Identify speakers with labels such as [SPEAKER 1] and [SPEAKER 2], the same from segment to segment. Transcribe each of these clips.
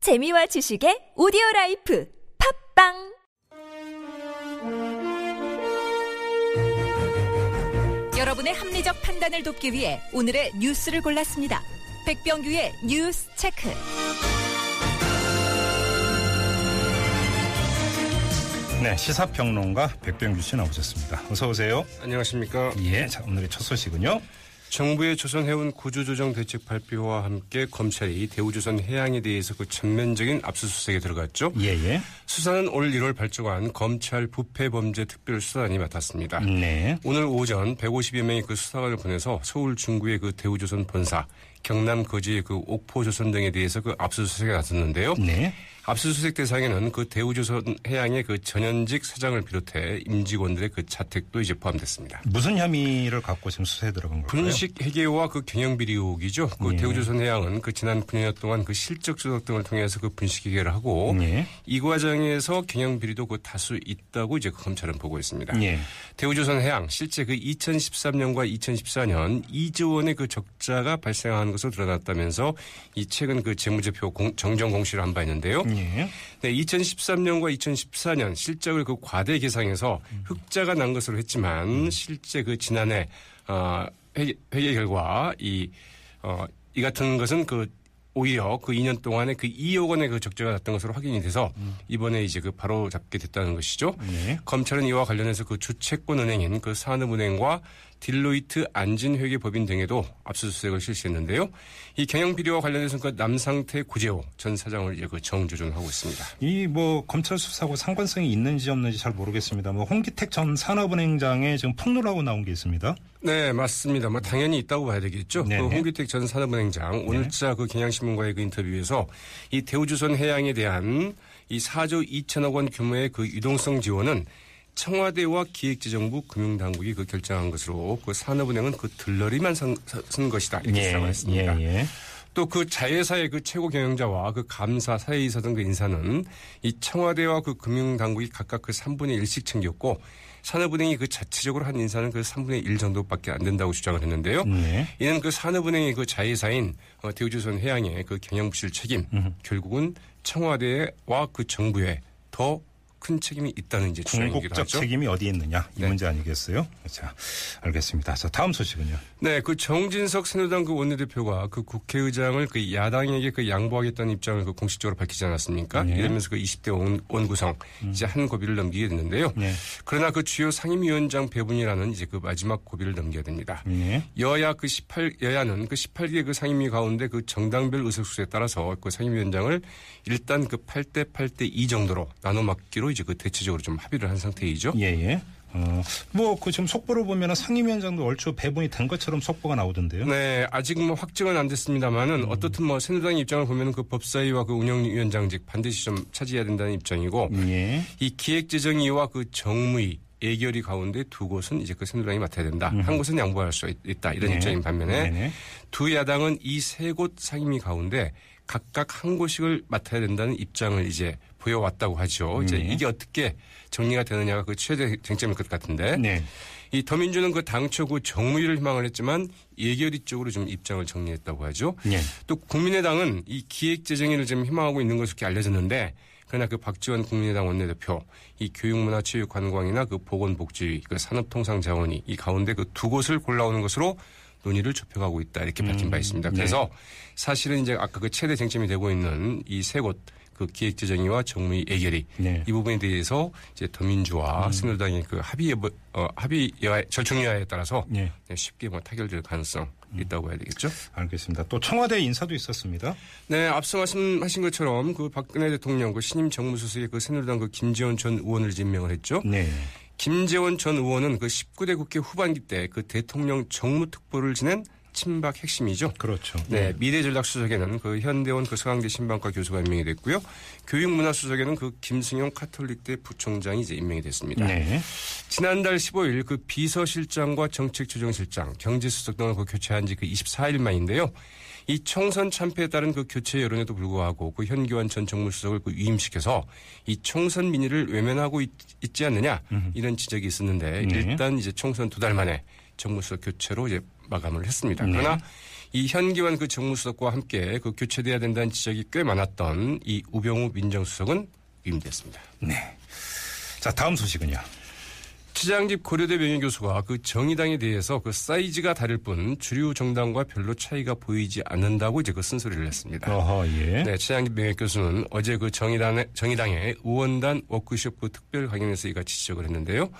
[SPEAKER 1] 재미와 지식의 오디오 라이프 팝빵 여러분의 합리적 판단을 돕기 위해 오늘의 뉴스를 골랐습니다. 백병규의 뉴스 체크.
[SPEAKER 2] 네, 시사평론가 백병규 씨 나오셨습니다. 어서 오세요.
[SPEAKER 3] 안녕하십니까.
[SPEAKER 2] 예, 자, 오늘의 첫 소식은요.
[SPEAKER 3] 정부의 조선해운 구조조정 대책 발표와 함께 검찰이 대우조선 해양에 대해서 그 전면적인 압수수색에 들어갔죠.
[SPEAKER 2] 예, 예.
[SPEAKER 3] 수사는 올 1월 발족한 검찰 부패범죄특별수사단이 맡았습니다.
[SPEAKER 2] 네.
[SPEAKER 3] 오늘 오전 150여 명의 그 수사관을 보내서 서울 중구의 그 대우조선 본사, 경남 거지의 그 옥포조선 등에 대해서 그 압수수색에 나섰는데요.
[SPEAKER 2] 네.
[SPEAKER 3] 압수수색 대상에는 그 대우조선 해양의 그 전현직 사장을 비롯해 임직원들의 그 자택도 이제 포함됐습니다.
[SPEAKER 2] 무슨 혐의를 갖고 지금 수사에 들어간 걸까요? 예.
[SPEAKER 3] 분식 회계와 그 경영비리 의혹이죠. 그 대우조선 해양은 그 지난 9년 동안 그 실적 조작 등을 통해서 그 분식 회계를 하고
[SPEAKER 2] 예.
[SPEAKER 3] 이 과정에서 경영비리도 그 다수 있다고 이제 그 검찰은 보고 있습니다.
[SPEAKER 2] 예.
[SPEAKER 3] 대우조선 해양 실제 그 2013년과 2014년 2조 원의 그 적자가 발생한 것으로 드러났다면서 이 최근 그 재무제표 공- 정정 공시를 한 바 있는데요.
[SPEAKER 2] 예.
[SPEAKER 3] 네, 2013년과 2014년 실적을 그 과대 계상해서 흑자가 난 것으로 했지만 실제 그 지난해 어, 회계, 회계 결과 이, 어, 이 같은 것은 그 오히려 그 2년 동안에 그 2억 원의 그 적자가 났던 것으로 확인이 돼서 이번에 이제 그 바로 잡게 됐다는 것이죠.
[SPEAKER 2] 예.
[SPEAKER 3] 검찰은 이와 관련해서 그 주채권 은행인 그 산업은행과 딜로이트 안진회계법인 등에도 압수수색을 실시했는데요. 이 경영 비리와 관련해서 그 남상태 구재호 전 사장을 이제 그 정조준하고 있습니다.
[SPEAKER 2] 이 뭐 검찰 수사하고 상관성이 있는지 없는지 잘 모르겠습니다. 뭐 홍기택 전 산업은행장에 지금 폭로라고 나온 게 있습니다.
[SPEAKER 3] 네, 맞습니다. 뭐 당연히 있다고 봐야 되겠죠.
[SPEAKER 2] 네네. 네.
[SPEAKER 3] 그 홍기택 전 산업은행장 오늘자 그 경향신문과의 그 인터뷰에서 이 대우조선 해양에 대한 이 4조 2천억 원 규모의 그 유동성 지원은 청와대와 기획재정부 금융당국이 그 결정한 것으로 그 산업은행은 그 들러리만 선, 쓴 것이다 이렇게 주장했습니다.
[SPEAKER 2] 예, 예.
[SPEAKER 3] 또 그 자회사의 그 최고 경영자와 그 감사, 사회이사 등 그 인사는 이 청와대와 그 금융당국이 각각 그 3분의 1씩 챙겼고 산업은행이 그 자체적으로 한 인사는 그 3분의 1 정도밖에 안 된다고 주장을 했는데요.
[SPEAKER 2] 네.
[SPEAKER 3] 이는 그 산업은행의 그 자회사인 어, 대우조선 해양의 그 경영부실 책임 결국은 청와대와 그 정부에 더 큰 책임이 있다는 이제 주장이기도
[SPEAKER 2] 궁극적
[SPEAKER 3] 하죠.
[SPEAKER 2] 책임이 어디에 있느냐 이
[SPEAKER 3] 네.
[SPEAKER 2] 문제 아니겠어요? 자, 알겠습니다. 자, 다음 소식은요.
[SPEAKER 3] 네, 그 정진석 새누리당 그 원내대표가 그 국회의장을 그 야당에게 그 양보하겠다는 입장을 그 공식적으로 밝히지 않았습니까?
[SPEAKER 2] 네. 음.
[SPEAKER 3] 이러면서 그 20대 원, 원구성 이제 한 고비를 넘기게 됐는데요.
[SPEAKER 2] 네.
[SPEAKER 3] 그러나 그 주요 상임위원장 배분이라는 이제 그 마지막 고비를 넘겨야 됩니다.
[SPEAKER 2] 예.
[SPEAKER 3] 여야 그 18, 여야는 그 18개 그 상임위 가운데 그 정당별 의석수에 따라서 그 상임위원장을 일단 그 8대 8대 2 정도로 나눠 맡기로 이제 그 대체적으로 좀 합의를 한 상태이죠.
[SPEAKER 2] 예, 예. 어, 뭐, 그 지금 속보를 보면 상임위원장도 얼추 배분이 된 것처럼 속보가 나오던데요.
[SPEAKER 3] 네, 아직 뭐 확정은 안 됐습니다만은
[SPEAKER 2] 음.
[SPEAKER 3] 어떻든 뭐 새누리당 입장을 보면 그 법사위와 그 운영위원장직 반드시 좀 차지해야 된다는 입장이고
[SPEAKER 2] 예.
[SPEAKER 3] 이 기획재정위와 그 정무위 예결위 가운데 두 곳은 이제 그 새누리당이 맡아야 된다. 한 곳은 양보할 수 있- 있다. 이런
[SPEAKER 2] 음. 네.
[SPEAKER 3] 입장인 반면에
[SPEAKER 2] 네네.
[SPEAKER 3] 두 야당은 이 세 곳 상임위 가운데 각각 한 곳씩을 맡아야 된다는 입장을 이제 보여왔다고 하죠. 이제
[SPEAKER 2] 네.
[SPEAKER 3] 이게 어떻게 정리가 되느냐가 그 최대 쟁점일 것 같은데.
[SPEAKER 2] 네.
[SPEAKER 3] 이 더민주는 그 당초 그 정무위를 희망을 했지만 예결위 쪽으로 좀 입장을 정리했다고 하죠.
[SPEAKER 2] 예.
[SPEAKER 3] 또 국민의당은 이 기획재정위를 지금 희망하고 있는 것으로 이렇게 알려졌는데 그러나 그 박지원 국민의당 원내대표 이 교육문화체육관광이나 그 보건복지위 그 산업통상자원위 이 가운데 그 두 곳을 골라오는 것으로 논의를 좁혀가고 있다 이렇게 밝힌 바 있습니다. 그래서 사실은 이제 아까 그 최대 쟁점이 되고 있는 이 세 곳 그 기획재정위와 정무위 예결위
[SPEAKER 2] 네.
[SPEAKER 3] 이 부분에 대해서 이제 더민주와 새누리당의 그 합의에 뭐- 어, 합의 여하, 절충 여하에 따라서
[SPEAKER 2] 예.
[SPEAKER 3] 네, 쉽게 뭐 타결될 가능성 있다고 해야 되겠죠.
[SPEAKER 2] 알겠습니다. 또 청와대 인사도 있었습니다.
[SPEAKER 3] 네, 앞서 말씀하신 것처럼 그 박근혜 대통령 그 신임 정무수석에 그 새누리당 그 김재원 전 의원을 임명을 했죠.
[SPEAKER 2] 네.
[SPEAKER 3] 김재원 전 의원은 그 19대 국회 후반기 때 그 대통령 정무특보를 지낸 친박 핵심이죠.
[SPEAKER 2] 그렇죠.
[SPEAKER 3] 네, 미래전략수석에는 그 현대원 그 서강대 신방과 교수가 임명이 됐고요. 교육문화수석에는 그 김승용 카톨릭대 부총장이 이제 임명이 됐습니다.
[SPEAKER 2] 네.
[SPEAKER 3] 지난달 15일 그 비서실장과 정책조정실장, 경제수석 등을 그 교체한 지 그 24일 만인데요. 이 총선 참패에 따른 그 교체 여론에도 불구하고 그 현교안 전 정무수석을 그 위임시켜서 이 총선 민의를 외면하고 있, 지 않느냐 이런 지적이 있었는데
[SPEAKER 2] 네.
[SPEAKER 3] 일단 이제 총선 두 달 만에 정무수석 교체로 이제 마감을 했습니다. 그러나 이 현기환 그 정무수석과 함께 그 교체돼야 된다는 지적이 꽤 많았던 이 우병우 민정수석은 위임됐습니다.
[SPEAKER 2] 네. 자, 다음 소식은요.
[SPEAKER 3] 치장집 고려대 명예교수가 그 정의당에 대해서 그 사이즈가 다를 뿐 주류 정당과 별로 차이가 보이지 않는다고 이제 그 쓴소리를 했습니다.
[SPEAKER 2] 어허, 예.
[SPEAKER 3] 네, 최양기 명예교수는 어제 그 정의당의, 정의당의 의원단 워크숍 그 특별 강연에서 이같이 지적을 했는데요.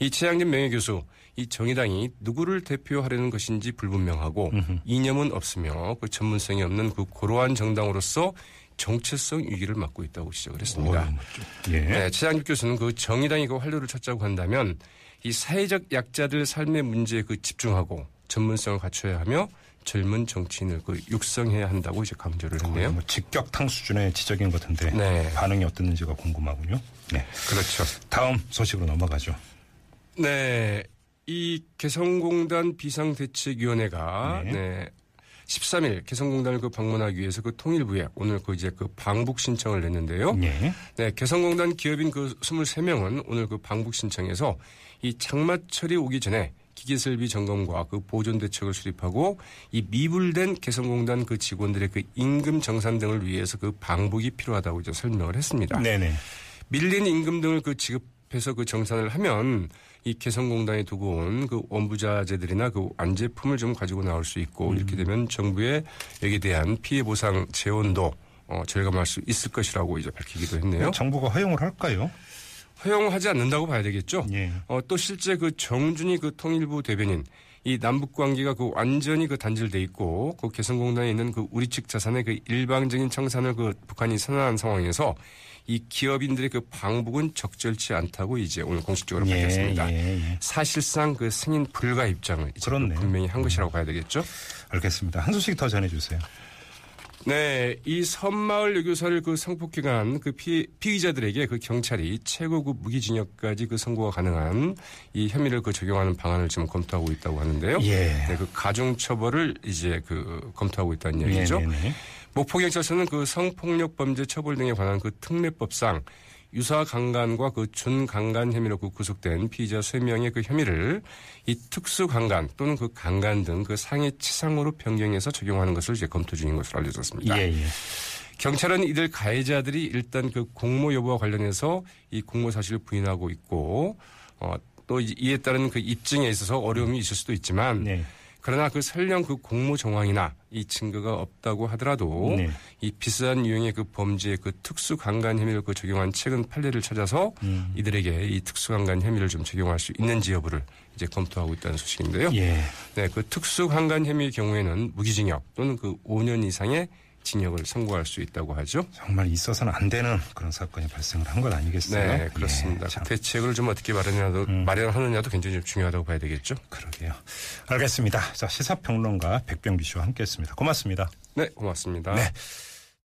[SPEAKER 3] 이 최양진 명예교수, 이 정의당이 누구를 대표하려는 것인지 불분명하고 이념은 없으며 그 전문성이 없는 그 고로한 정당으로서 정체성 위기를 맞고 있다고 지적을 했습니다.
[SPEAKER 2] 어이, 뭐 좀, 예.
[SPEAKER 3] 네, 최양기 교수는 그 정의당이 그 활로를 찾자고 한다면 이 사회적 약자들 삶의 문제에 그 집중하고 전문성을 갖춰야 하며 젊은 정치인을 그 육성해야 한다고 이제 강조를
[SPEAKER 2] 거의
[SPEAKER 3] 했네요.
[SPEAKER 2] 뭐 직격탄 수준의 지적인 것 같은데
[SPEAKER 3] 네.
[SPEAKER 2] 반응이 어땠는지가 궁금하군요. 네.
[SPEAKER 3] 그렇죠.
[SPEAKER 2] 다음 소식으로 넘어가죠.
[SPEAKER 3] 네. 이 개성공단 비상대책위원회가
[SPEAKER 2] 네.
[SPEAKER 3] 네. 13일 개성공단을 그 방문하기 위해서 그 통일부에 오늘 그 이제 그 방북 신청을 냈는데요.
[SPEAKER 2] 예.
[SPEAKER 3] 네, 개성공단 기업인 그 23명은 오늘 그 방북 신청에서 이 장마철이 오기 전에 기계설비 점검과 그 보존 대책을 수립하고 이 미불된 개성공단 그 직원들의 그 임금 정산 등을 위해서 그 방북이 필요하다고 이제 설명을 했습니다.
[SPEAKER 2] 네네.
[SPEAKER 3] 밀린 임금 등을 그 지급해서 그 정산을 하면 이 개성공단에 두고 온 그 원부자재들이나 그 완제품을 좀 가지고 나올 수 있고 이렇게 되면 정부의 여기에 대한 피해 보상 재원도 어, 절감할 수 있을 것이라고 이제 밝히기도 했네요.
[SPEAKER 2] 정부가 허용을 할까요?
[SPEAKER 3] 허용하지 않는다고 봐야 되겠죠.
[SPEAKER 2] 예.
[SPEAKER 3] 어, 또 실제 그 정준이 그 통일부 대변인 이 남북 관계가 그 완전히 그 단절돼 있고 그 개성공단에 있는 그 우리 측 자산의 그 일방적인 청산을 그 북한이 선언한 상황에서 이 기업인들의 그 방북은 적절치 않다고 이제 오늘 공식적으로 밝혔습니다.
[SPEAKER 2] 예, 예, 예.
[SPEAKER 3] 사실상 그 승인 불가 입장을 이제
[SPEAKER 2] 그렇네요. 음.
[SPEAKER 3] 분명히 한 것이라고 봐야 되겠죠.
[SPEAKER 2] 알겠습니다. 한 소식 더 전해주세요.
[SPEAKER 3] 네, 이 선마을 유교사를 그 성폭행한 그 피, 피의자들에게 그 경찰이 최고급 무기징역까지 그 선고가 가능한 이 혐의를 그 적용하는 방안을 지금 검토하고 있다고 하는데요.
[SPEAKER 2] 예.
[SPEAKER 3] 네, 그 가중처벌을 이제 그 검토하고 있다는 얘기죠.
[SPEAKER 2] 예, 네네네.
[SPEAKER 3] 목포경찰서는 그 성폭력 범죄 처벌 등에 관한 그 특례법상 유사 강간과 그 준강간 혐의로 그 구속된 피의자 3명의 그 혐의를 이 특수 강간 또는 그 강간 등 그 상해 치상으로 변경해서 적용하는 것을 이제 검토 중인 것으로 알려졌습니다.
[SPEAKER 2] 예, 예.
[SPEAKER 3] 경찰은 이들 가해자들이 일단 그 공모 여부와 관련해서 이 공모 사실을 부인하고 있고 어, 또 이- 이에 따른 그 입증에 있어서 어려움이 있을 수도 있지만
[SPEAKER 2] 네.
[SPEAKER 3] 그러나 그 설령 그 공모 정황이나 이 증거가 없다고 하더라도
[SPEAKER 2] 네.
[SPEAKER 3] 이 비싼 유형의 그 범죄의 그 특수 강간 혐의를 그 적용한 최근 판례를 찾아서
[SPEAKER 2] 음.
[SPEAKER 3] 이들에게 이 특수 강간 혐의를 좀 적용할 수 있는지 여부를 이제 검토하고 있다는 소식인데요.
[SPEAKER 2] 예.
[SPEAKER 3] 네, 그 특수 강간 혐의의 경우에는 무기징역 또는 그 5년 이상의 징역을 선고할 수 있다고 하죠.
[SPEAKER 2] 정말 있어서는 안 되는 그런 사건이 발생을 한 건 아니겠어요?
[SPEAKER 3] 네, 그렇습니다.
[SPEAKER 2] 예, 참, 음.
[SPEAKER 3] 대책을 좀 어떻게 마련하냐도, 마련하느냐도 굉장히 좀 중요하다고 봐야 되겠죠.
[SPEAKER 2] 그러게요. 알겠습니다. 자, 시사평론가 백병기 씨와 함께했습니다. 고맙습니다.
[SPEAKER 3] 네, 고맙습니다.
[SPEAKER 2] 네.